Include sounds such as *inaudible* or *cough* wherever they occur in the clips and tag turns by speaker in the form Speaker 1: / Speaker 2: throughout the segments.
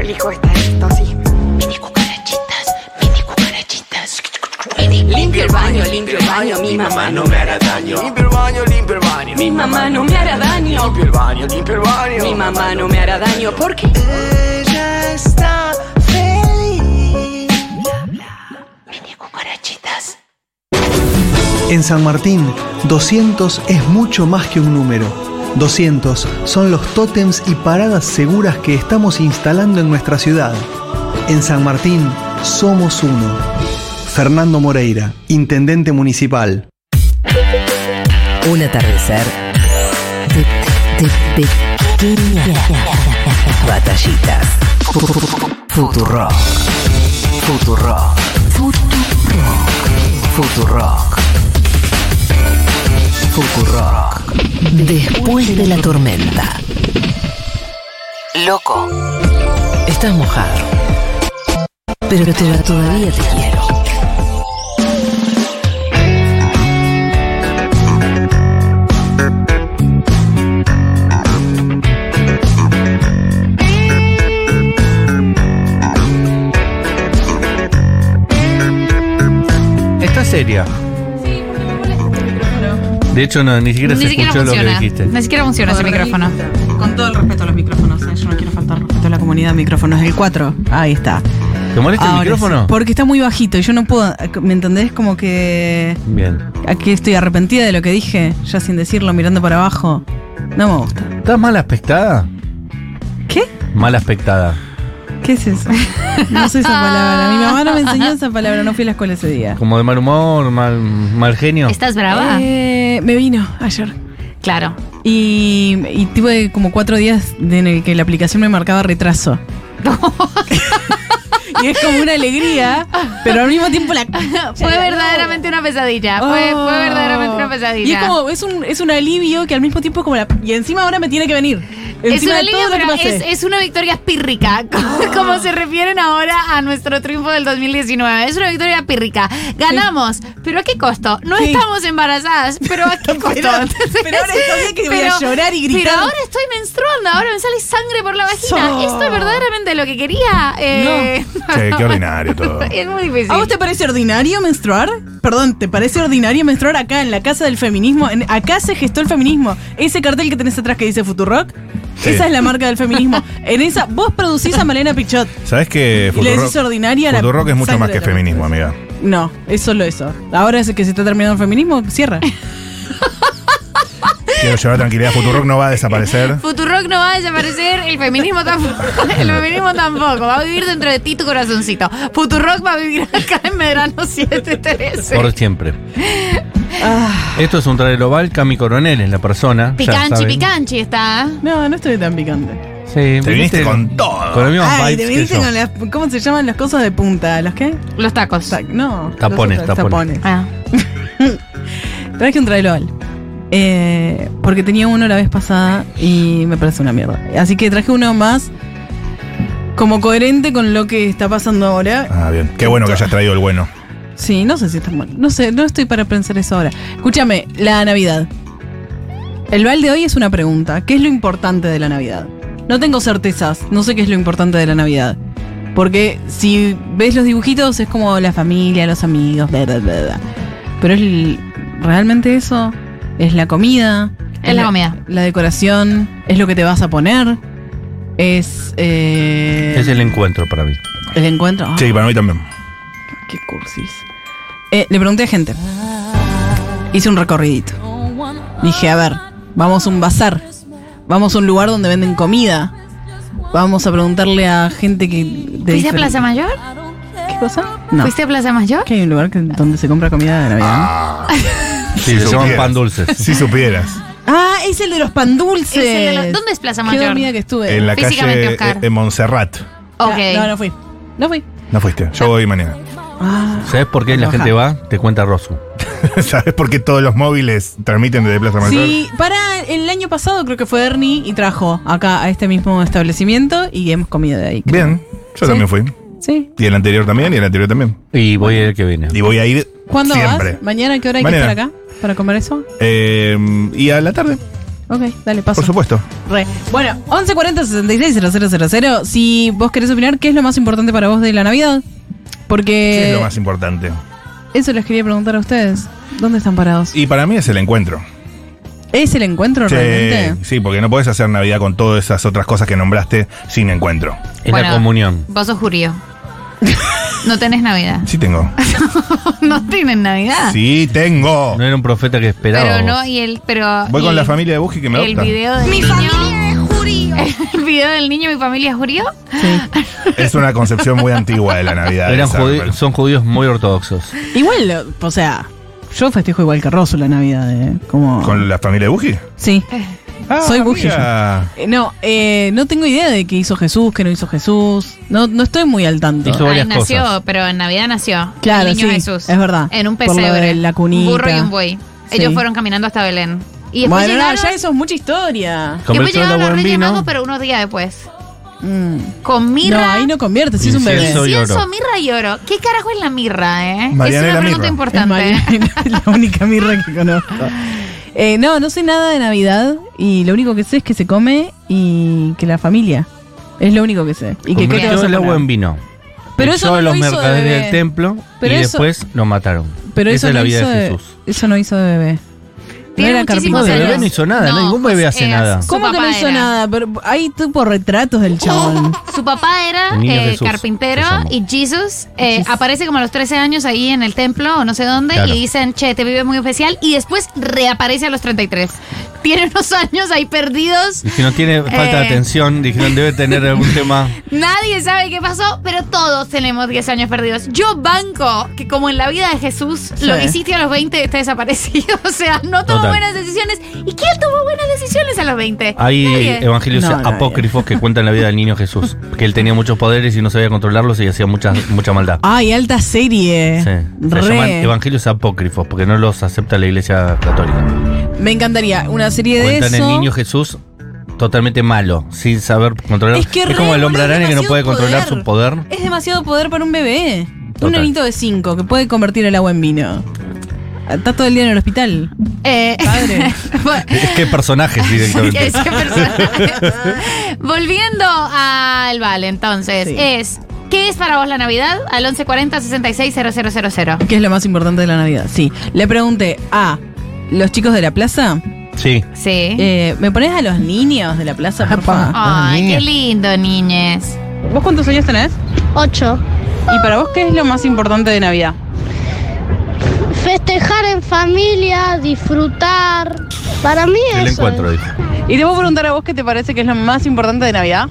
Speaker 1: elijo esta dosis.
Speaker 2: Mini cucarachitas, mini cucarachitas. Mini- Limpio el baño, limpio el baño, mi mamá no me hará daño.
Speaker 3: Limpio el baño, limpio el baño.
Speaker 2: Mi mamá no me hará daño.
Speaker 3: Limpio el baño, limpio el baño.
Speaker 2: Mi mamá no me hará daño porque
Speaker 3: Ella está feliz.
Speaker 2: mini cucarachitas.
Speaker 4: En San Martín, 200 es mucho más que un número. 200 son los tótems y paradas seguras que estamos instalando en nuestra ciudad. En San Martín, somos uno. Fernando Moreira, Intendente Municipal.
Speaker 5: Un atardecer de, de pequeñas batallitas. Futuro. Futuro. Futuro. Futuro. Después de la tormenta. Loco. Estás mojado. Pero te- todavía te quiero.
Speaker 6: Está seria. De hecho, no, ni siquiera
Speaker 7: Ni
Speaker 6: se
Speaker 7: siquiera
Speaker 6: escuchó lo que
Speaker 7: funciona.
Speaker 6: dijiste.
Speaker 7: Ni siquiera funciona ese micrófono.
Speaker 8: Con todo el respeto a los micrófonos, ¿eh? yo no quiero faltar respeto a la comunidad de micrófonos. El 4, ahí está.
Speaker 6: ¿Te molesta el
Speaker 8: Ahora
Speaker 6: micrófono?
Speaker 8: sí, porque está muy bajito y yo no puedo. ¿Me entendés? Como que.
Speaker 6: Bien.
Speaker 8: Aquí estoy arrepentida de lo que dije, ya sin decirlo, mirando para abajo. No me gusta.
Speaker 6: ¿Estás mal aspectada?
Speaker 8: ¿Qué?
Speaker 6: Mal aspectada.
Speaker 8: ¿Qué es eso? No sé esa palabra. Mi mamá no me enseñó esa palabra, no fui a la escuela ese día.
Speaker 6: Como de mal humor, mal, mal genio.
Speaker 7: ¿Estás brava?
Speaker 8: Eh, me vino ayer.
Speaker 7: Claro.
Speaker 8: Y, y tuve como cuatro días de- en el que la aplicación me marcaba retraso. *laughs* y es como una alegría, pero al mismo tiempo *laughs* la.
Speaker 7: *laughs* Fue verdaderamente una pesadilla. Fue,
Speaker 8: Oh.
Speaker 7: fue verdaderamente una pesadilla.
Speaker 8: Y es como, es un, es un alivio que al mismo tiempo es como la. Y encima ahora me tiene que venir.
Speaker 7: es
Speaker 8: Encima
Speaker 7: una
Speaker 8: de todo
Speaker 7: línea,
Speaker 8: lo que
Speaker 7: pero
Speaker 8: pasé. Ah.
Speaker 7: es, es una victoria pírrica, *laughs* como- como se refieren ahora a nuestro triunfo del 2019. Es una victoria pírrica. Ganamos, pero ¿a qué costo? No
Speaker 8: Sí.
Speaker 7: estamos embarazadas, pero ¿a
Speaker 8: *laughs*
Speaker 7: qué costo?
Speaker 8: Pero- pero ahora estoy que voy a llorar y gritar.
Speaker 7: Pero ahora estoy menstruando, ahora me sale sangre por la vagina.
Speaker 8: So.
Speaker 7: Esto es verdaderamente lo que quería. Eh, *laughs*
Speaker 3: Che, qué ordinario todo.
Speaker 7: Es muy difícil.
Speaker 8: ¿A vos te parece ordinario menstruar? Perdón, ¿te parece ordinario menstruar acá en la casa del feminismo? En- acá se gestó el feminismo. Ese cartel que tenés atrás que dice Futurock,
Speaker 9: Sí.
Speaker 8: esa es la marca del
Speaker 6: *laughs*
Speaker 8: feminismo. En esa, vos producís a Malena Pichot.
Speaker 9: ¿Sabes qué?
Speaker 8: Y le decís
Speaker 9: Futurock,
Speaker 8: ordinaria a la
Speaker 9: Futurock es mucho
Speaker 8: sangre
Speaker 9: más
Speaker 8: de
Speaker 9: que
Speaker 8: la
Speaker 9: feminismo, amiga.
Speaker 8: No, es solo eso. Ahora es que se está terminando el feminismo, cierra.
Speaker 9: Quiero llevar tranquilidad. Futurock no va a desaparecer.
Speaker 7: Futurock no va a desaparecer, el feminismo tampoco. *laughs* El feminismo tampoco. Va a vivir dentro de ti tu corazoncito. Futurock va a vivir acá en Medrano 713.
Speaker 6: Por siempre. Esto es un trailer oval. Cami Coronel es la persona. ya
Speaker 7: Picanchi,
Speaker 6: saben.
Speaker 7: picanchi está. ¿eh?
Speaker 8: No, no estoy tan picante.
Speaker 6: Sí,
Speaker 9: Te viniste con todo.
Speaker 6: Con los mismos vibes
Speaker 8: Ay, te
Speaker 6: que
Speaker 8: viniste
Speaker 6: yo.
Speaker 8: con las. ¿Cómo se llaman las cosas de punta? ¿Los qué?
Speaker 7: Los tacos.
Speaker 8: Ta- no.
Speaker 6: Tapones,
Speaker 8: los otros,
Speaker 6: tapones.
Speaker 7: Ah.
Speaker 8: Traje un trailol. Eh, porque tenía uno la vez pasada y me parece una mierda. Así que traje uno más como coherente con lo que está pasando ahora.
Speaker 9: Ah, bien. Qué bueno que hayas traído el bueno.
Speaker 8: Sí, no sé si está mal. No sé, no estoy para pensar eso ahora. Escúchame, la Navidad. El baile de hoy es una pregunta. ¿Qué es lo importante de la Navidad? No tengo certezas. No sé qué es lo importante de la Navidad. Porque si ves los dibujitos es como la familia, los amigos, bla, bla, bla, bla. Pero es l- realmente eso. Es la comida.
Speaker 7: Es la comida.
Speaker 8: La decoración. Es lo que te vas a poner. Es, eh,
Speaker 6: Es el encuentro para mí.
Speaker 8: el encuentro. Ah,
Speaker 9: Sí, para mí también.
Speaker 8: Qué cursis. Eh, le pregunté a gente. Hice un recorridito. Dije, a ver, vamos a un bazar. Vamos a un lugar donde venden comida. Vamos a preguntarle a gente que. De
Speaker 7: ¿Fuiste a
Speaker 8: difer-
Speaker 7: Plaza Mayor?
Speaker 8: ¿Qué cosa? No.
Speaker 7: ¿Fuiste a Plaza Mayor?
Speaker 8: ¿Que hay un lugar que- donde se compra comida de Navidad?
Speaker 6: Ah. Sí, se llaman
Speaker 9: supieras.
Speaker 6: pan dulces.
Speaker 9: Si supieras.
Speaker 8: Ah, es el de los pan dulces.
Speaker 7: Es el de la- ¿Dónde es Plaza
Speaker 8: Qué
Speaker 7: Mayor?
Speaker 8: dormida que estuve. Ah,
Speaker 9: En la
Speaker 7: Físicamente,
Speaker 9: calle
Speaker 7: Oscar.
Speaker 9: eh, en Montserrat.
Speaker 7: Ok.
Speaker 8: No, no fui. No fui.
Speaker 9: No fuiste. Yo voy mañana. *laughs*
Speaker 8: Ah,
Speaker 6: ¿Sabes por qué la
Speaker 8: Enoja.
Speaker 6: gente va? Te cuenta Rosu.
Speaker 9: ¿Sabes por qué todos los móviles transmiten desde Plaza Mayor?
Speaker 8: Sí, para el año pasado creo que fue Ernie y trajo acá a este mismo establecimiento y hemos comido de ahí. creo.
Speaker 9: Bien. Yo también fui.
Speaker 8: Sí,
Speaker 9: Y el anterior también, y el anterior también.
Speaker 6: Y voy el que viene.
Speaker 9: Y voy a ir
Speaker 8: ¿Cuándo
Speaker 9: siempre.
Speaker 8: vas? ¿Mañana a qué hora hay
Speaker 9: Mañana.
Speaker 8: que estar acá para comer eso?
Speaker 9: Eh, y a la tarde.
Speaker 8: Ok, dale, paso.
Speaker 9: Por supuesto.
Speaker 8: Re. Bueno, 1140-660000. Si vos querés opinar, ¿qué es lo más importante para vos de la Navidad? Porque.
Speaker 9: ¿Qué es lo más importante?
Speaker 8: Eso les quería preguntar a ustedes. ¿Dónde están parados?
Speaker 9: Y para mí es el encuentro.
Speaker 8: ¿Es el encuentro
Speaker 9: Sí,
Speaker 8: realmente?
Speaker 9: sí, porque no podés hacer Navidad con todas esas otras cosas que nombraste sin encuentro.
Speaker 6: Es
Speaker 7: Bueno,
Speaker 6: la comunión.
Speaker 7: Vos sos *laughs* judío. No tenés Navidad.
Speaker 9: Sí tengo.
Speaker 7: *laughs* No tienen Navidad.
Speaker 9: Sí tengo.
Speaker 6: No era un profeta que esperaba.
Speaker 7: Pero no,
Speaker 6: vos.
Speaker 7: y el, pero.
Speaker 9: Voy
Speaker 7: y
Speaker 9: con
Speaker 7: el-
Speaker 9: la familia de Buji que me
Speaker 7: El
Speaker 9: adopta.
Speaker 7: video del niño. *laughs* El video del niño, mi familia es judío.
Speaker 9: *laughs* Es una concepción muy antigua de la Navidad.
Speaker 6: Eran
Speaker 9: esa,
Speaker 6: judi-
Speaker 9: pero-
Speaker 6: son judíos muy ortodoxos.
Speaker 8: Igual, o sea, yo festejo igual que Rosso la Navidad. eh, Como...
Speaker 9: ¿Con la familia de Buji?
Speaker 8: Sí. Soy Buji yo.
Speaker 9: mira.
Speaker 8: Eh, No, eh, no tengo idea de qué hizo Jesús, qué no hizo Jesús. No, no estoy muy al tanto.
Speaker 6: Hizo- varias
Speaker 7: nació,
Speaker 6: cosas.
Speaker 7: pero en Navidad nació.
Speaker 8: Claro,
Speaker 7: el niño
Speaker 8: sí,
Speaker 7: Jesús.
Speaker 8: es verdad.
Speaker 7: En un
Speaker 8: Por lo
Speaker 7: pesebre.
Speaker 8: de la
Speaker 7: un
Speaker 8: cunita.
Speaker 7: burro y un buey. Ellos
Speaker 8: Sí.
Speaker 7: fueron caminando hasta Belén. Y después
Speaker 8: Bueno, no,
Speaker 7: llegaron,
Speaker 8: ya eso es mucha historia.
Speaker 7: y después
Speaker 6: Convirtió el
Speaker 7: llegaron los
Speaker 6: agua en
Speaker 7: Reyes
Speaker 6: vino.
Speaker 7: Magos, pero unos días después.
Speaker 8: Mm.
Speaker 7: Con
Speaker 8: No,
Speaker 7: mirra.
Speaker 8: ahí no convierte, si es un bebé.
Speaker 6: Incienso y
Speaker 7: incienso,
Speaker 6: oro.
Speaker 7: mirra y oro. ¿Qué carajo es la mirra, eh?
Speaker 9: Mariana
Speaker 7: es
Speaker 9: y
Speaker 7: una
Speaker 9: la
Speaker 7: pregunta
Speaker 9: mirra.
Speaker 8: *laughs* Es
Speaker 7: importante.
Speaker 8: Mariana, la única mirra que conozco. Eh, no, no sé nada de Navidad y lo único que sé es que se come y que la familia. Es lo único que sé. Y que, ¿qué te vas
Speaker 6: Convirtió
Speaker 8: a
Speaker 6: el agua
Speaker 8: poner?
Speaker 6: en vino.
Speaker 8: Pero eso
Speaker 6: Echó
Speaker 8: no
Speaker 6: a
Speaker 8: lo
Speaker 6: los
Speaker 8: hizo de
Speaker 6: mercaderes
Speaker 8: bebé.
Speaker 6: del templo
Speaker 8: Pero
Speaker 6: y
Speaker 8: eso-
Speaker 6: después pues lo mataron.
Speaker 8: Pero
Speaker 6: Esa
Speaker 8: eso
Speaker 6: es la
Speaker 8: no
Speaker 6: vida
Speaker 8: hizo
Speaker 6: de
Speaker 8: de-
Speaker 6: Jesús.
Speaker 8: Eso no hizo de bebé.
Speaker 7: *laughs* Tiene
Speaker 8: no era
Speaker 7: muchísimos
Speaker 8: carpintero.
Speaker 6: No, de bebé
Speaker 7: años.
Speaker 6: no hizo nada, ningún bebé hace
Speaker 7: eh,
Speaker 6: nada.
Speaker 7: su
Speaker 8: ¿Cómo que no
Speaker 7: papá
Speaker 8: hizo
Speaker 7: era.
Speaker 8: nada? Pero hay tipo
Speaker 7: *laughs*
Speaker 8: retratos del chabón.
Speaker 7: Su papá era
Speaker 6: El niño
Speaker 7: eh,
Speaker 6: Jesús,
Speaker 7: carpintero
Speaker 6: se llamó.
Speaker 7: y Jesus eh, aparece como a los 13 años ahí en el templo o no sé dónde
Speaker 6: Claro.
Speaker 7: y dicen, che, te vive muy especial y después reaparece a los 33. *laughs* Tiene unos años ahí perdidos.
Speaker 6: Y si no tiene falta de
Speaker 7: Eh.
Speaker 6: atención, dijeron debe tener
Speaker 7: *laughs*
Speaker 6: algún tema.
Speaker 7: Nadie sabe qué pasó, pero todos tenemos 10 años perdidos. Yo banco que como en la vida de Jesús,
Speaker 8: Sí.
Speaker 7: lo que hiciste a los 20 está desaparecido. *laughs* O sea, no tomó
Speaker 6: Total.
Speaker 7: buenas decisiones. ¿Y quién tomó buenas decisiones a los 20?
Speaker 6: Hay
Speaker 7: Nadie.
Speaker 6: evangelios
Speaker 8: No, no,
Speaker 6: apócrifos que cuentan la vida del niño Jesús, que él tenía muchos poderes y no sabía controlarlos y hacía mucha, mucha maldad.
Speaker 8: Ay, alta serie.
Speaker 6: Sí. Se
Speaker 8: Re.
Speaker 6: llaman evangelios apócrifos porque no los acepta la iglesia católica.
Speaker 8: Me encantaría una serie de
Speaker 6: Cuentan
Speaker 8: eso.
Speaker 6: el niño Jesús totalmente malo, sin saber controlar.
Speaker 8: Es que re,
Speaker 6: como el hombre
Speaker 8: boludo,
Speaker 6: araña que no
Speaker 8: demasiado
Speaker 6: puede controlar
Speaker 8: poder.
Speaker 6: su poder.
Speaker 8: Es demasiado poder para un bebé. Un
Speaker 6: Total.
Speaker 8: nenito de 5 que puede convertir el agua en vino. Está todo el día en el hospital.
Speaker 7: Eh, *laughs*
Speaker 8: Padre.
Speaker 6: Es que
Speaker 8: *laughs*
Speaker 6: personajes directamente.
Speaker 7: Ese personaje. Volviendo al Vale, entonces,
Speaker 8: Sí.
Speaker 7: es. ¿Qué es para vos la Navidad? Al 1140 660000.
Speaker 8: Que es lo más importante de la Navidad. Sí. Le pregunté a los chicos de la plaza.
Speaker 6: Sí.
Speaker 7: Sí.
Speaker 8: eh, ¿Me pones a los niños de la plaza, por favor?
Speaker 7: Ay, qué lindo, niñes.
Speaker 8: ¿Vos cuántos años tenés?
Speaker 1: Ocho.
Speaker 8: ¿Y para vos qué es lo más importante de Navidad?
Speaker 1: Festejar en familia, disfrutar. Para mí
Speaker 6: El
Speaker 1: eso
Speaker 6: encuentro,
Speaker 1: es
Speaker 6: dijo.
Speaker 8: Y te voy a preguntar a vos qué te parece que es lo más importante de Navidad.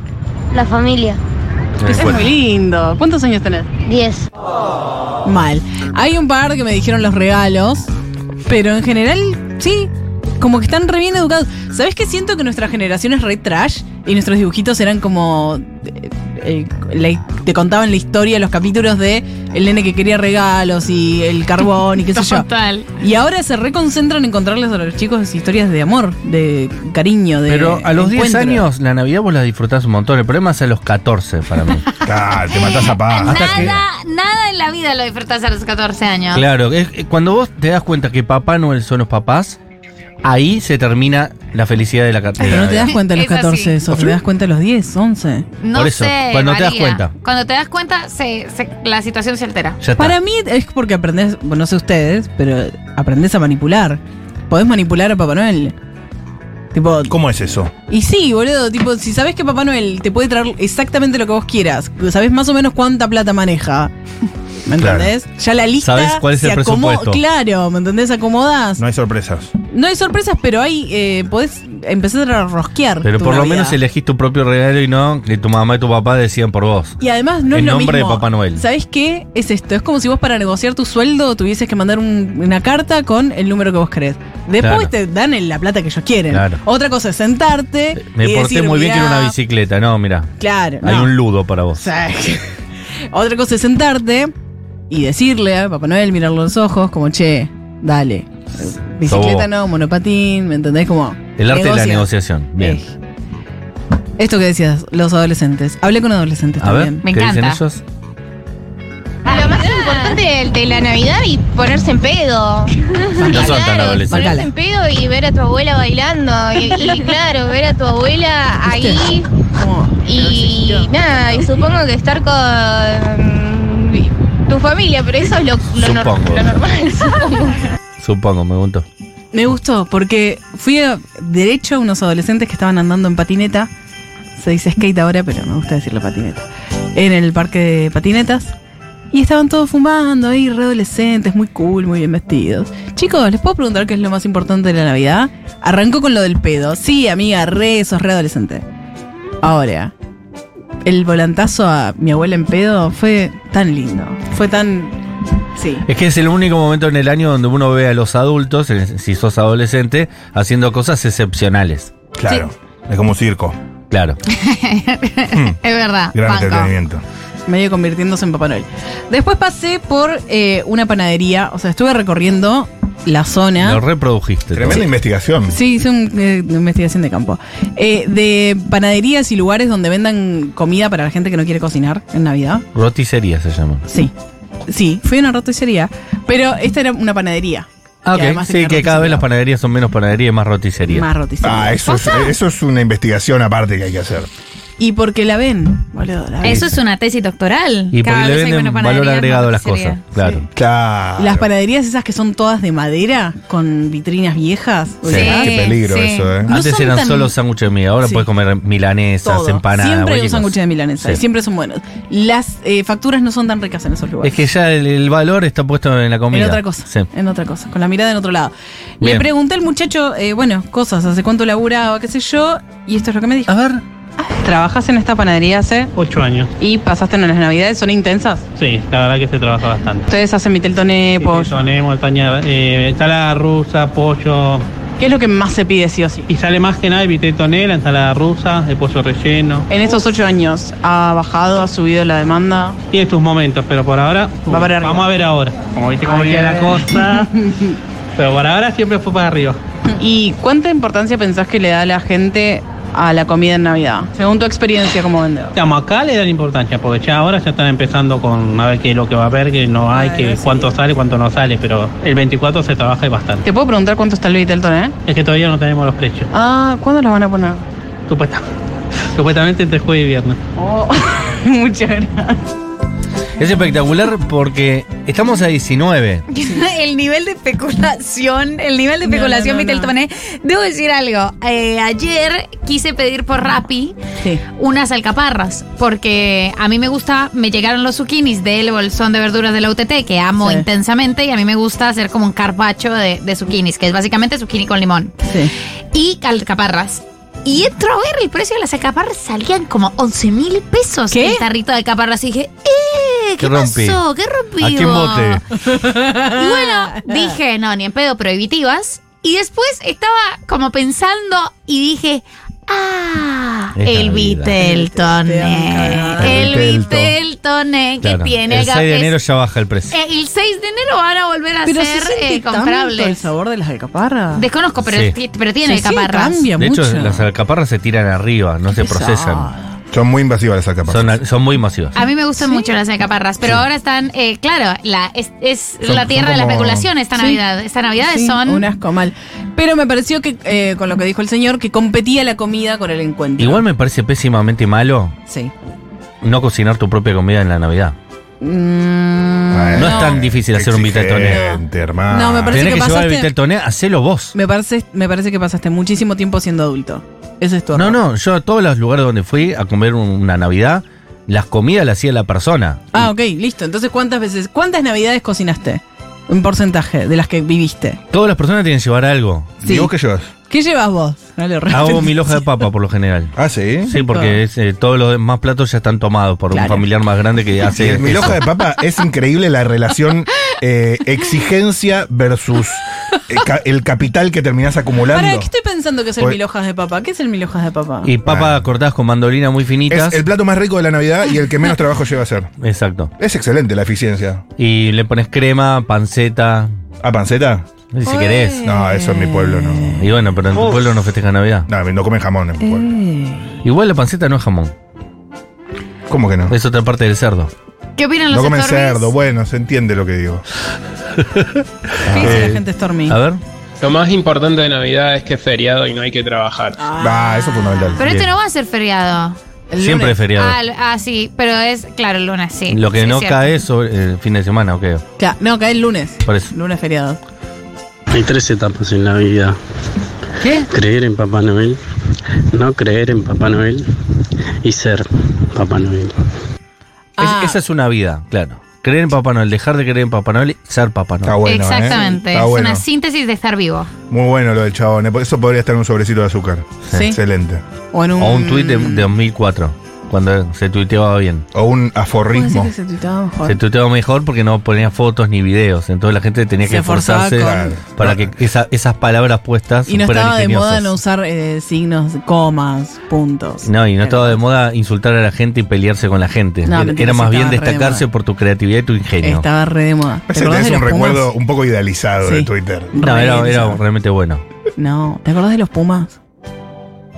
Speaker 1: la familia.
Speaker 6: El
Speaker 8: Es muy
Speaker 6: encuentro.
Speaker 8: lindo. ¿Cuántos años tenés?
Speaker 1: Diez.
Speaker 8: Mal. Hay un par que me dijeron los regalos, pero en general, sí. Como que están re bien educados. ¿Sabes qué siento que nuestra generación es re trash? Y nuestros dibujitos eran como. eh, eh, la- te contaban la historia, los capítulos de el nene que quería regalos y el carbón y qué *laughs* sé yo.
Speaker 7: Total.
Speaker 8: Y ahora se reconcentran en contarles a los chicos historias de amor, de cariño, de.
Speaker 6: Pero a los 10
Speaker 8: encuentro.
Speaker 6: años, la Navidad vos la disfrutás un montón. El problema es a los 14 para
Speaker 8: *laughs*
Speaker 6: mí.
Speaker 9: Ah, te matás a paz.
Speaker 7: Nada, nada en la vida lo disfrutás a los 14 años.
Speaker 6: claro, es, es cuando vos te das cuenta que Papá Noel son los papás, ahí se termina la felicidad de la cartera.
Speaker 8: Pero no te das cuenta a los
Speaker 7: Es así.
Speaker 8: 14 de eso, te das cuenta a los 10, 11.
Speaker 7: No
Speaker 6: Por eso,
Speaker 7: sé.
Speaker 6: cuando te das
Speaker 7: varía.
Speaker 6: cuenta.
Speaker 7: Cuando te das cuenta, se- se- la situación se altera.
Speaker 6: Ya está.
Speaker 8: Para mí es porque aprendés, bueno, no sé ustedes, pero aprendés a manipular. Podés manipular a Papá Noel. Tipo,
Speaker 9: ¿Cómo es eso?
Speaker 8: y sí, boludo, tipo, si sabés que Papá Noel te puede traer exactamente lo que vos quieras, sabés más o menos cuánta plata maneja. ¿Me
Speaker 9: Claro.
Speaker 8: entendés? Ya la lista
Speaker 6: Sabés cuál es
Speaker 8: se
Speaker 6: el
Speaker 8: acomo-
Speaker 6: presupuesto.
Speaker 8: Claro, ¿me entendés? Acomodás.
Speaker 9: No hay sorpresas.
Speaker 8: No hay sorpresas, pero hay, eh, podés empezar a rosquear.
Speaker 6: Pero
Speaker 8: tu
Speaker 6: por lo
Speaker 8: Navidad.
Speaker 6: menos elegís tu propio regalo y no que tu mamá y tu papá decían por vos.
Speaker 8: Y además no
Speaker 6: En
Speaker 8: es lo
Speaker 6: nombre de
Speaker 8: mismo.
Speaker 6: Papá Noel.
Speaker 8: ¿Sabés qué? Es esto. Es como si vos para negociar tu sueldo tuvieses que mandar un- una carta con el número que vos querés. Después
Speaker 6: Claro.
Speaker 8: te dan el- la plata que ellos quieren.
Speaker 6: Claro. Eh,
Speaker 8: Otra cosa es sentarte.
Speaker 6: Me
Speaker 8: y
Speaker 6: porté
Speaker 8: decir,
Speaker 6: muy bien,
Speaker 8: "Mirá".
Speaker 6: quiero una bicicleta. No, mira.
Speaker 8: Claro.
Speaker 6: Hay
Speaker 8: no. *laughs*
Speaker 6: un ludo para
Speaker 8: O
Speaker 6: vos.
Speaker 8: sea, Otra cosa es sentarte y decirle a Papá Noel, mirarlo a los ojos, como che, dale. Bicicleta
Speaker 6: Sobó.
Speaker 8: no, monopatín, ¿me entendés? Como.
Speaker 6: El arte de la
Speaker 8: negocia.
Speaker 6: negociación. Bien.
Speaker 8: Eh. Esto que decías, los adolescentes. Hablé con adolescentes
Speaker 6: A ver,
Speaker 8: también.
Speaker 7: Me
Speaker 8: *laughs*
Speaker 6: ¿qué dicen
Speaker 7: encanta.
Speaker 6: ellos?
Speaker 1: Ah,
Speaker 7: Ah.
Speaker 1: Lo más importante importante de, de la Navidad y ponerse en pedo.
Speaker 6: No son tan
Speaker 1: Claro,
Speaker 6: adolescentes.
Speaker 1: Ponerse en pedo y ver a tu abuela bailando. Y,
Speaker 7: *laughs*
Speaker 1: y claro, ver a tu abuela ahí. Y nada, y supongo que estar con mm, tu familia, pero eso es lo, lo nor-
Speaker 6: Supongo.
Speaker 1: lo normal. supongo.
Speaker 6: Supongo, me gustó.
Speaker 8: Me gustó porque fui a- derecho a unos adolescentes que estaban andando en patineta. Se dice skate ahora, pero me gusta decirle patineta. En el parque de patinetas. Y estaban todos fumando ahí, re adolescentes, muy cool, muy bien vestidos. Chicos, ¿les puedo preguntar qué es lo más importante de la Navidad? Arrancó con lo del pedo. Sí, amiga, re, sos re adolescente. Ahora, el volantazo a mi abuela en pedo fue tan lindo. Fue tan. Sí.
Speaker 6: Es que es el único momento en el año donde uno ve a los adultos, en- si sos adolescente, haciendo cosas excepcionales.
Speaker 9: Claro. Es como un circo.
Speaker 6: Claro.
Speaker 7: Es verdad.
Speaker 9: Gran
Speaker 7: banco.
Speaker 9: entretenimiento.
Speaker 8: medio convirtiéndose en Papá Noel. Después pasé por eh, una panadería, o sea, estuve recorriendo la zona.
Speaker 6: Lo reprodujiste.
Speaker 9: Tremenda investigación.
Speaker 8: Sí, hice un, eh, una investigación de campo. Eh, de panaderías y lugares donde vendan comida para la gente que no quiere cocinar en Navidad.
Speaker 6: Roticería se llama.
Speaker 8: Sí. Sí, fui a una roticería, pero esta era una panadería.
Speaker 6: Ah,
Speaker 8: Y además
Speaker 6: Sí,
Speaker 8: tenía
Speaker 6: que cada vez las
Speaker 8: roticería.
Speaker 6: panaderías son menos panaderías y más roticerías.
Speaker 8: Más roticería.
Speaker 9: Ah, eso es, eso es una investigación aparte que hay que hacer.
Speaker 8: Y porque la ven, boludo, la ven.
Speaker 7: Eso es una tesis doctoral.
Speaker 6: Y
Speaker 7: Cada
Speaker 6: porque le
Speaker 7: vez hay
Speaker 6: venden
Speaker 7: menos
Speaker 6: valor
Speaker 7: panaderías,
Speaker 6: agregado a las
Speaker 7: menos
Speaker 6: cosas.
Speaker 7: pizzería.
Speaker 6: Claro.
Speaker 9: Claro.
Speaker 8: Las panaderías esas que son todas de madera, con vitrinas viejas.
Speaker 9: Sí, Qué peligro
Speaker 7: sí.
Speaker 9: eso, ¿eh?
Speaker 8: No
Speaker 6: Antes
Speaker 8: son
Speaker 6: eran
Speaker 8: tan-
Speaker 6: solo sándwiches de miga, ahora
Speaker 8: Sí.
Speaker 6: puedes comer milanesas,
Speaker 8: Todo.
Speaker 6: empanadas.
Speaker 8: Siempre hay un
Speaker 6: cualquier
Speaker 8: sándwich
Speaker 6: cosa.
Speaker 8: de milanesa y
Speaker 6: Sí.
Speaker 8: siempre son buenos. Las eh, facturas no son tan ricas en esos lugares.
Speaker 6: Es que ya el, el valor está puesto en la comida.
Speaker 8: en otra cosa,
Speaker 6: Sí.
Speaker 8: en otra cosa, con la mirada en otro lado. Le
Speaker 6: Bien.
Speaker 8: pregunté al muchacho, eh, bueno, cosas, hace cuánto laburaba, qué sé yo, y esto es lo que me dijo.
Speaker 6: A ver,
Speaker 8: ¿Trabajas en esta panadería hace
Speaker 10: Ocho años.
Speaker 8: y pasaste en las navidades? ¿Son intensas?
Speaker 10: Sí, la verdad que se trabaja bastante.
Speaker 8: Ustedes hacen mi teltoné,
Speaker 10: Sí, Soné, montaña, eh, ensalada rusa, pollo.
Speaker 8: ¿Qué es lo que más se pide sí o sí?
Speaker 10: Y sale más que nada el bitetoné, la ensalada rusa, el pollo relleno.
Speaker 8: En estos ocho años, ¿ha bajado, ha subido la demanda?
Speaker 10: Tiene tus momentos, pero por ahora.
Speaker 8: Va para arriba.
Speaker 10: vamos a ver ahora. Como viste cómo viene la cosa. pero por ahora siempre fue para arriba.
Speaker 8: *laughs* ¿Y cuánta importancia pensás que le da la gente a la comida en Navidad? Según tu experiencia como vendedor.
Speaker 10: Digamos, acá le dan importancia, porque ya ahora ya están empezando con a ver qué es lo que va a haber, que no hay, que cuánto sale, cuánto no sale, pero el 24 se trabaja y bastante.
Speaker 8: ¿Te puedo preguntar cuánto está el Vitelton, eh?
Speaker 10: Es que todavía no tenemos los precios.
Speaker 8: Ah, ¿cuándo las van a poner?
Speaker 10: Supuesta- *laughs* Supuestamente entre jueves y viernes.
Speaker 8: Oh, *laughs* muchas gracias.
Speaker 6: *laughs* es espectacular porque estamos a 19.
Speaker 7: *laughs* el nivel de especulación, el nivel de
Speaker 8: No,
Speaker 7: especulación,
Speaker 8: no, no,
Speaker 7: Vitel
Speaker 8: no.
Speaker 7: Toné. Debo decir algo. Eh, ayer quise pedir por Rappi
Speaker 8: Sí.
Speaker 7: unas alcaparras, porque a mí me gusta, me llegaron los zucchinis del bolsón de verduras de la UTT, que amo
Speaker 8: Sí.
Speaker 7: intensamente, y a mí me gusta hacer como un carpacho de, de zucchinis, que es básicamente zucchini con limón
Speaker 8: Sí.
Speaker 7: y alcaparras. Y entro a ver el precio de las alcaparras, salían como 11 mil pesos
Speaker 8: ¿Qué?
Speaker 7: el tarrito de alcaparras. Y dije, ¡eh! ¿Qué,
Speaker 6: ¿Qué rompí?
Speaker 7: pasó? ¿Qué rompí?
Speaker 6: ¿A qué
Speaker 7: vos?".
Speaker 6: bote?
Speaker 7: Y bueno, dije, no, ni en pedo prohibitivas. Y después estaba como pensando y dije, ¡ah!
Speaker 6: Es
Speaker 7: el
Speaker 6: Navidad.
Speaker 7: Viteltoné. El
Speaker 9: El Vitelto.
Speaker 7: Viteltoné que
Speaker 6: Claro.
Speaker 7: tiene
Speaker 6: el 6 de
Speaker 7: cafés.
Speaker 6: enero ya baja el precio.
Speaker 7: Eh, el 6 de enero van a volver a
Speaker 8: Pero
Speaker 7: ser
Speaker 8: se siente
Speaker 7: eh,
Speaker 8: tanto el
Speaker 7: comprables.
Speaker 8: sabor de las alcaparras.
Speaker 7: Desconozco, pero,
Speaker 6: Sí.
Speaker 7: ti- pero tiene
Speaker 8: Sí, sí,
Speaker 7: alcaparras.
Speaker 8: cambia
Speaker 6: De hecho,
Speaker 8: mucho.
Speaker 6: las alcaparras se tiran arriba, no se procesan.
Speaker 8: Pesado.
Speaker 9: Son muy invasivas las alcaparras.
Speaker 6: Son, son muy masivas.
Speaker 7: A mí me gustan mucho las alcaparras, pero ahora están, eh, claro, la, es, es
Speaker 9: Son-
Speaker 7: la tierra
Speaker 9: son
Speaker 7: de la
Speaker 9: como-
Speaker 7: especulación esta
Speaker 8: Sí.
Speaker 7: Navidad. Esta Navidad
Speaker 8: Sí,
Speaker 7: son...
Speaker 8: un asco mal. Pero me pareció que, eh, con lo que dijo el señor, que competía la comida con el encuentro.
Speaker 6: Igual me parece pésimamente malo
Speaker 8: Sí.
Speaker 6: no cocinar tu propia comida en la Navidad.
Speaker 8: Mm,
Speaker 9: Ah,
Speaker 6: No es tan difícil hacer un
Speaker 9: exigente,
Speaker 6: Viteltoné.
Speaker 9: hermano.
Speaker 8: No, me parece
Speaker 6: Tenés que,
Speaker 8: que
Speaker 6: llevar el
Speaker 8: pasaste-
Speaker 6: Viteltoné, hacelo vos.
Speaker 8: me, parece, me parece que pasaste muchísimo tiempo siendo adulto. Ese es tu
Speaker 6: No,
Speaker 8: error.
Speaker 6: no, yo a todos los lugares donde fui a comer una Navidad, las comidas las hacía la persona.
Speaker 8: Ah, ok, listo. Entonces, ¿cuántas veces, cuántas navidades cocinaste? Un porcentaje de las que viviste.
Speaker 6: Todas las personas tienen que llevar algo.
Speaker 8: Sí.
Speaker 9: ¿Y vos qué llevas?
Speaker 8: ¿Qué llevas vos? No le
Speaker 6: Hago
Speaker 8: *laughs* respeto.
Speaker 6: mil hojas de papa por lo general.
Speaker 9: Ah, sí.
Speaker 6: Sí, porque es, eh, todos los demás platos ya están tomados por
Speaker 8: Claro.
Speaker 6: un familiar más grande que
Speaker 9: Sí, *laughs*
Speaker 6: hace.
Speaker 9: mi
Speaker 6: eso.
Speaker 9: hoja de papa es increíble la relación eh, exigencia versus eh, ca- el capital que terminás
Speaker 8: Para,
Speaker 9: acumulando.
Speaker 8: ¿qué estoy pensando que es el
Speaker 9: Oye.
Speaker 8: mil hojas de papa? ¿Qué es el mil hojas de papa?
Speaker 6: Y papas
Speaker 9: Ah.
Speaker 6: cortadas con mandolina muy finitas.
Speaker 9: Es el plato más rico de la Navidad y el que menos trabajo lleva a hacer.
Speaker 6: Exacto.
Speaker 9: Es excelente la eficiencia.
Speaker 6: Y le pones crema, panceta,
Speaker 9: ¿Ah, panceta?
Speaker 6: si
Speaker 8: Ué.
Speaker 6: querés.
Speaker 9: No, eso en mi pueblo no.
Speaker 6: Y bueno, pero en tu
Speaker 10: Uf.
Speaker 6: pueblo no festeja Navidad.
Speaker 9: No, no comen jamón en mi pueblo.
Speaker 8: Eh,
Speaker 6: Igual la panceta no es jamón,
Speaker 9: ¿Cómo que no?
Speaker 6: es otra parte del cerdo.
Speaker 7: ¿Qué opinan
Speaker 9: No
Speaker 7: los
Speaker 9: comen
Speaker 7: Stormies?
Speaker 9: cerdo, bueno, se entiende lo que digo.
Speaker 8: ¿Qué dice la
Speaker 9: Eh,
Speaker 8: gente Stormy?
Speaker 6: A ver.
Speaker 11: Lo más importante de Navidad es que es feriado y no hay que trabajar.
Speaker 9: Ah, eso es fundamental.
Speaker 7: Pero este no va a ser feriado.
Speaker 6: Siempre es feriado.
Speaker 7: Ah, l- ah, sí, pero es, claro, el lunes, sí.
Speaker 6: Lo que
Speaker 7: Sí,
Speaker 6: no
Speaker 7: cierto.
Speaker 6: cae es sobre el fin de semana, ok.
Speaker 8: Claro, no, cae el lunes.
Speaker 6: Por eso.
Speaker 8: Lunes feriado.
Speaker 12: Hay tres etapas en la vida.
Speaker 8: ¿Qué?
Speaker 12: *laughs* Creer en Papá Noel, no creer en Papá Noel y ser Papá Noel.
Speaker 6: Es-
Speaker 8: Ah.
Speaker 6: esa es una vida, claro. Creer en Papá Noel, dejar de creer en Papá Noel y ser Papá Noel. Está
Speaker 7: Exactamente.
Speaker 9: ¿eh? Está
Speaker 7: Es
Speaker 9: bueno.
Speaker 7: una síntesis de estar vivo.
Speaker 9: Muy bueno lo del chabón. eh, Eso podría estar en un sobrecito de azúcar.
Speaker 6: Sí.
Speaker 9: Excelente.
Speaker 8: O en un-
Speaker 6: O un tuit de, de 2004, cuando se tuiteaba bien.
Speaker 9: O un aforrismo.
Speaker 8: Se tuiteaba mejor.
Speaker 6: Se tuiteaba mejor porque no ponía fotos ni videos, entonces la gente tenía que
Speaker 8: Se esforzaba
Speaker 6: esforzarse
Speaker 8: con-
Speaker 6: para que esa- esas palabras puestas
Speaker 8: Y no
Speaker 6: fueran
Speaker 8: estaba de moda
Speaker 6: ingeniosas.
Speaker 8: no usar eh, signos, comas, puntos.
Speaker 6: No, y no estaba de moda insultar a la gente y pelearse con la gente.
Speaker 8: No,
Speaker 6: Era-
Speaker 8: mentira,
Speaker 6: Era
Speaker 8: sí
Speaker 6: más
Speaker 8: estaba
Speaker 6: bien
Speaker 8: re de
Speaker 6: destacarse por tu creatividad y tu ingenio.
Speaker 8: Estaba re de moda. ¿Te
Speaker 9: Ese
Speaker 8: acordás
Speaker 9: es
Speaker 8: de
Speaker 9: un
Speaker 8: los Pumas?
Speaker 9: recuerdo un poco idealizado
Speaker 8: Sí.
Speaker 9: de Twitter.
Speaker 6: No,
Speaker 8: Re
Speaker 6: era,
Speaker 8: idealizado.
Speaker 6: era realmente bueno.
Speaker 8: No, ¿te acordás de los Pumas?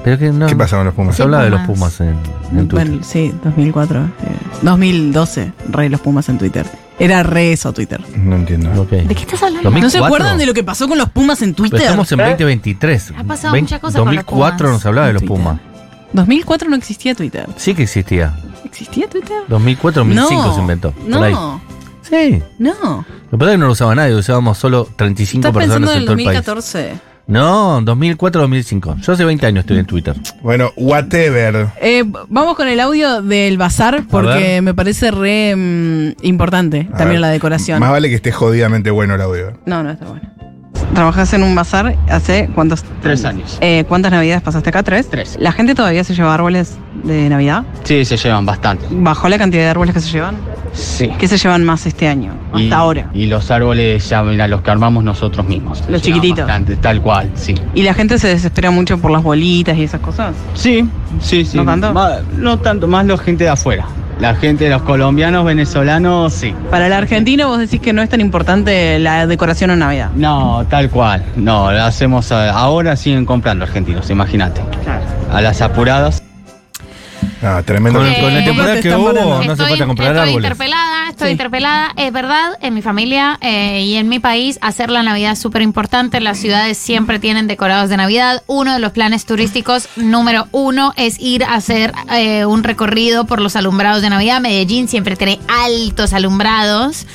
Speaker 6: Pero que no,
Speaker 9: ¿Qué pasa con los Pumas?
Speaker 6: Se hablaba de los
Speaker 8: Pumas.
Speaker 6: Pumas en, en Twitter.
Speaker 8: Bueno, sí, 2004. eh, 2012, re los Pumas en Twitter. Era re eso Twitter.
Speaker 9: No entiendo.
Speaker 8: ¿De qué estás hablando? ¿No se
Speaker 6: 2004?
Speaker 8: acuerdan de lo que pasó con los Pumas en Twitter?
Speaker 6: Pero estamos en 2023.
Speaker 8: ¿eh? Ha pasado muchas cosas con los
Speaker 6: 2004
Speaker 8: Pumas.
Speaker 6: nos hablaba de los
Speaker 8: En
Speaker 6: Pumas.
Speaker 8: 2004 no existía Twitter.
Speaker 6: Sí que existía.
Speaker 8: ¿Existía Twitter?
Speaker 6: 2004, 2005
Speaker 8: No,
Speaker 6: se inventó. por ahí.
Speaker 8: No.
Speaker 6: Sí.
Speaker 8: No.
Speaker 6: Lo que pasa es que no lo usaba nadie, usábamos solo 35
Speaker 8: Estás pensando
Speaker 6: personas
Speaker 8: en el
Speaker 6: en todo el país.
Speaker 8: 2014.
Speaker 6: No, 2004, 2005. Yo hace 20 años estoy en Twitter.
Speaker 9: Bueno, whatever.
Speaker 8: Eh, vamos con el audio del bazar porque me parece re mm, importante
Speaker 9: A
Speaker 8: también
Speaker 9: ver,
Speaker 8: la decoración.
Speaker 9: Más vale que esté jodidamente bueno el audio.
Speaker 8: No, no está bueno. ¿Trabajas en un bazar hace cuántos?
Speaker 13: Tres años.
Speaker 8: Eh, ¿Cuántas navidades pasaste acá? ¿Tres? Tres. ¿La gente todavía se lleva árboles de Navidad?
Speaker 13: Sí, se llevan bastante.
Speaker 8: ¿Bajó la cantidad de árboles que se llevan?
Speaker 13: Sí.
Speaker 8: ¿Qué se llevan más este año? Hasta
Speaker 13: Y-
Speaker 8: ahora.
Speaker 13: Y los árboles ya mira, los que armamos nosotros mismos. Se llevan
Speaker 8: chiquititos.
Speaker 13: bastante, tal cual, sí.
Speaker 8: ¿Y la gente se desespera mucho por las bolitas y esas cosas?
Speaker 13: Sí, sí, sí.
Speaker 8: ¿No tanto?
Speaker 13: Más- no tanto, más la gente de afuera. La gente, los colombianos, venezolanos, sí.
Speaker 8: Para el argentino vos decís que no es tan importante la decoración en Navidad.
Speaker 13: No, tal cual. No, lo hacemos a- ahora siguen comprando argentinos, imagínate. A las apuradas.
Speaker 9: Ah, tremendo.
Speaker 6: Con- con la Eh, temporada que hubo,
Speaker 7: Estoy- estoy interpelada, estoy interpelada. Es verdad, en mi familia eh, y en mi país, hacer la Navidad es súper importante. Las ciudades siempre tienen decorados de Navidad. Uno de los planes turísticos número uno es ir a hacer eh, un recorrido por los alumbrados de Navidad. Medellín siempre tiene altos alumbrados.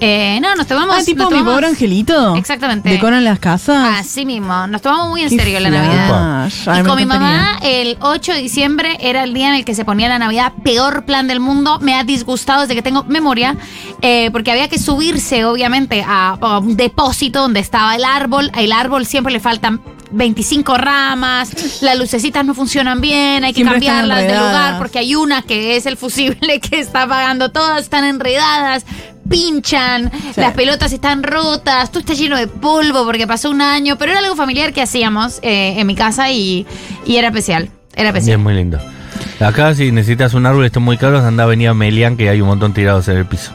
Speaker 7: Eh, no, nos tomamos...
Speaker 8: Ah, tipo
Speaker 7: nos
Speaker 8: mi
Speaker 7: tomamos-
Speaker 8: pobre angelito.
Speaker 7: Exactamente.
Speaker 8: ¿Decoran las casas?
Speaker 7: Así mismo, nos tomamos muy en serio la
Speaker 8: Qué
Speaker 7: Navidad.
Speaker 8: flash. Ay,
Speaker 7: Y
Speaker 8: me
Speaker 7: con mi
Speaker 8: encantaría.
Speaker 7: mamá, el 8 de diciembre era el día en el que se ponía la Navidad, peor plan del mundo. Me ha disgustado desde que tengo memoria, eh, porque había que subirse, obviamente, a, a un depósito donde estaba el árbol. El árbol siempre le faltan 25 ramas, las lucecitas no funcionan bien, hay que
Speaker 8: Siempre están
Speaker 7: cambiarlas de
Speaker 8: enredadas.
Speaker 7: lugar, porque hay una que es el fusible *laughs* que está apagando todas, están enredadas. Pinchan, las pelotas están rotas, tú estás lleno de polvo porque pasó un año, pero era algo familiar que hacíamos eh, en mi casa y, y era especial.
Speaker 6: Y
Speaker 7: Era especial.
Speaker 6: es muy lindo. Acá, si necesitas un árbol, están muy caros, anda a venir a Melian, que hay un montón tirados en el piso.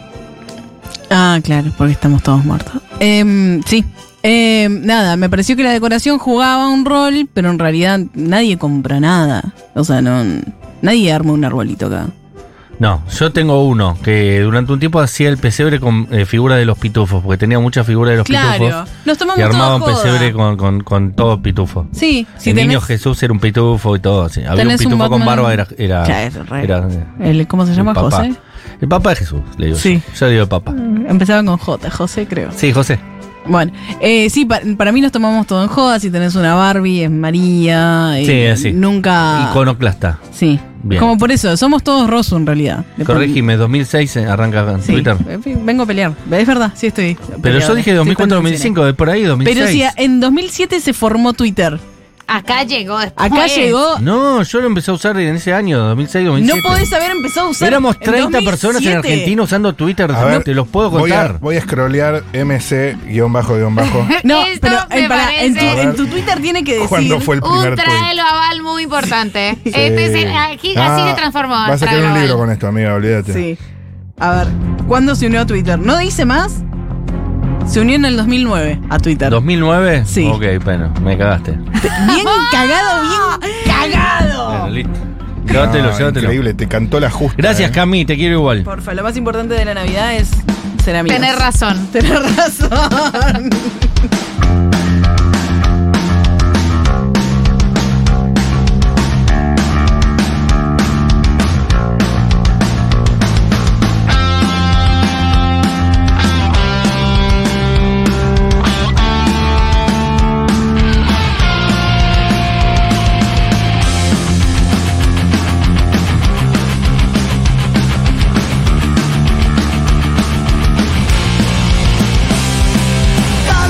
Speaker 8: Ah, claro, porque estamos todos muertos. Em, sí. Em, nada, me pareció que la decoración jugaba un rol, pero en realidad nadie compra nada. O sea, no nadie arma un arbolito acá.
Speaker 6: No, yo tengo uno que durante un tiempo hacía el pesebre con eh, figuras de los pitufos, porque tenía muchas figuras de los
Speaker 8: Claro,
Speaker 6: pitufos.
Speaker 8: nos tomamos
Speaker 6: Y armaba un
Speaker 8: toda joda.
Speaker 6: pesebre con, con, con todo pitufo.
Speaker 8: Sí, si
Speaker 6: el
Speaker 8: tenés-
Speaker 6: niño Jesús era un pitufo y todo. sí. Había un
Speaker 8: tenés un
Speaker 6: pitufo con
Speaker 8: Batman-
Speaker 6: barba, era. era,
Speaker 8: Claro, re.
Speaker 6: era, eh,
Speaker 8: El- ¿Cómo se
Speaker 6: el
Speaker 8: llama?
Speaker 6: papá.
Speaker 8: José. Mm.
Speaker 6: El papá de Jesús, le digo. Sí. Yo, le digo el papá.
Speaker 8: Empezaba con J, José creo.
Speaker 6: Sí, José.
Speaker 8: Bueno, eh, sí, pa- para mí nos tomamos todo en joda. Si tenés una Barbie, es María. eh,
Speaker 6: Sí, así.
Speaker 8: Nunca.
Speaker 6: Iconoclasta.
Speaker 8: Sí.
Speaker 6: Bien.
Speaker 8: Como por eso, somos todos Rosu en realidad. De-
Speaker 6: Corregime, 2006 eh, arranca en
Speaker 8: Sí.
Speaker 6: Twitter.
Speaker 8: En fin, Vengo a pelear. Es verdad, sí estoy.
Speaker 6: Pero yo
Speaker 8: peleadora.
Speaker 6: dije
Speaker 8: Estoy
Speaker 6: 2004-2005, de por ahí, 2006.
Speaker 8: Pero si eh, a- en 2007 se formó Twitter.
Speaker 7: Acá llegó después.
Speaker 8: Acá llegó.
Speaker 6: No, yo lo empecé a usar en ese año, 2006, 2007.
Speaker 8: No podés haber empezado a usar.
Speaker 6: Éramos
Speaker 8: en
Speaker 6: 30 personas en
Speaker 8: 2007.
Speaker 6: Argentina usando Twitter,
Speaker 9: A ver,
Speaker 6: te los puedo
Speaker 9: voy a-
Speaker 6: contar.
Speaker 9: Voy a scrollear
Speaker 8: *laughs*
Speaker 9: mc-bajo-bajo.
Speaker 8: No, pero
Speaker 7: me
Speaker 8: en, para, en tu,
Speaker 7: parece-
Speaker 8: en tu Twitter tiene que decir.
Speaker 9: ¿Cuándo fue el primer
Speaker 7: Un traelo aval muy
Speaker 9: *laughs*
Speaker 7: importante. Este es el- aquí así
Speaker 9: Ah,
Speaker 7: se transformó.
Speaker 9: Vas a
Speaker 7: traelo
Speaker 9: tener un
Speaker 7: aval.
Speaker 9: libro con esto, amiga, olvídate.
Speaker 8: Sí. A ver, ¿cuándo se unió a Twitter? ¿No dice más? Se unió en el 2009 a Twitter.
Speaker 6: ¿2009?
Speaker 8: Sí.
Speaker 6: Ok, bueno, me cagaste.
Speaker 7: *laughs*
Speaker 8: Bien cagado, bien cagado.
Speaker 6: Bueno, listo. Llévatelo, llévatelo.
Speaker 9: Increíble, te cantó la justa.
Speaker 6: Gracias,
Speaker 9: eh.
Speaker 6: Cami, te quiero igual.
Speaker 8: Porfa, lo más importante de la Navidad es ser amigos.
Speaker 7: Tener razón.
Speaker 8: Tener razón.